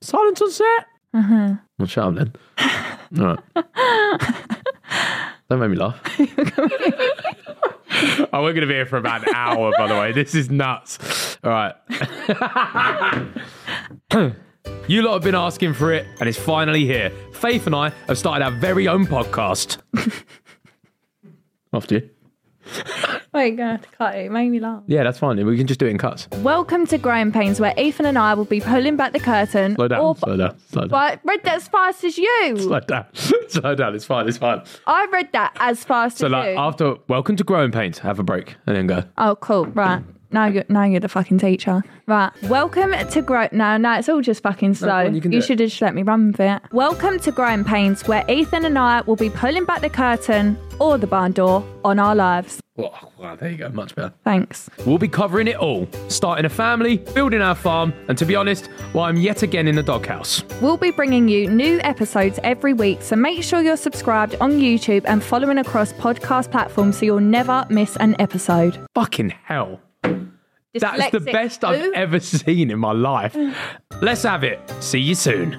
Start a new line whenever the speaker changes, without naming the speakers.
Silence on set.
Uh-huh.
Well, shut up then. All right. Don't make me laugh. oh, we're going to be here for about an hour, by the way. This is nuts. All right. you lot have been asking for it, and it's finally here. Faith and I have started our very own podcast. After you.
Wait, you're gonna have to cut it. It made me laugh.
Yeah, that's fine. We can just do it in cuts.
Welcome to Growing Pains, where Ethan and I will be pulling back the curtain.
Slow down.
or-
slow down. Slow down.
But I read that as fast as you.
Slow down. slow down. It's fine. It's fine.
I read that as fast
So,
as
like,
you.
after Welcome to Growing Pains, have a break and then go.
Oh, cool. Right. Now you're now you're the fucking teacher. Right. Welcome to grow. No, no, it's all just fucking slow.
on, you can do it.
should have just let me run with it. Welcome to Growing Pains, where Ethan and I will be pulling back the curtain or the barn door on our lives.
Oh, wow, there you go. Much better.
Thanks.
We'll be covering it all, starting a family, building our farm, and to be honest, well, I'm yet again in the doghouse.
We'll be bringing you new episodes every week, so make sure you're subscribed on YouTube and following across podcast platforms so you'll never miss an episode.
Fucking hell. That's the
Dyslexic
best I've
who?
ever seen in my life. Let's have it. See you soon.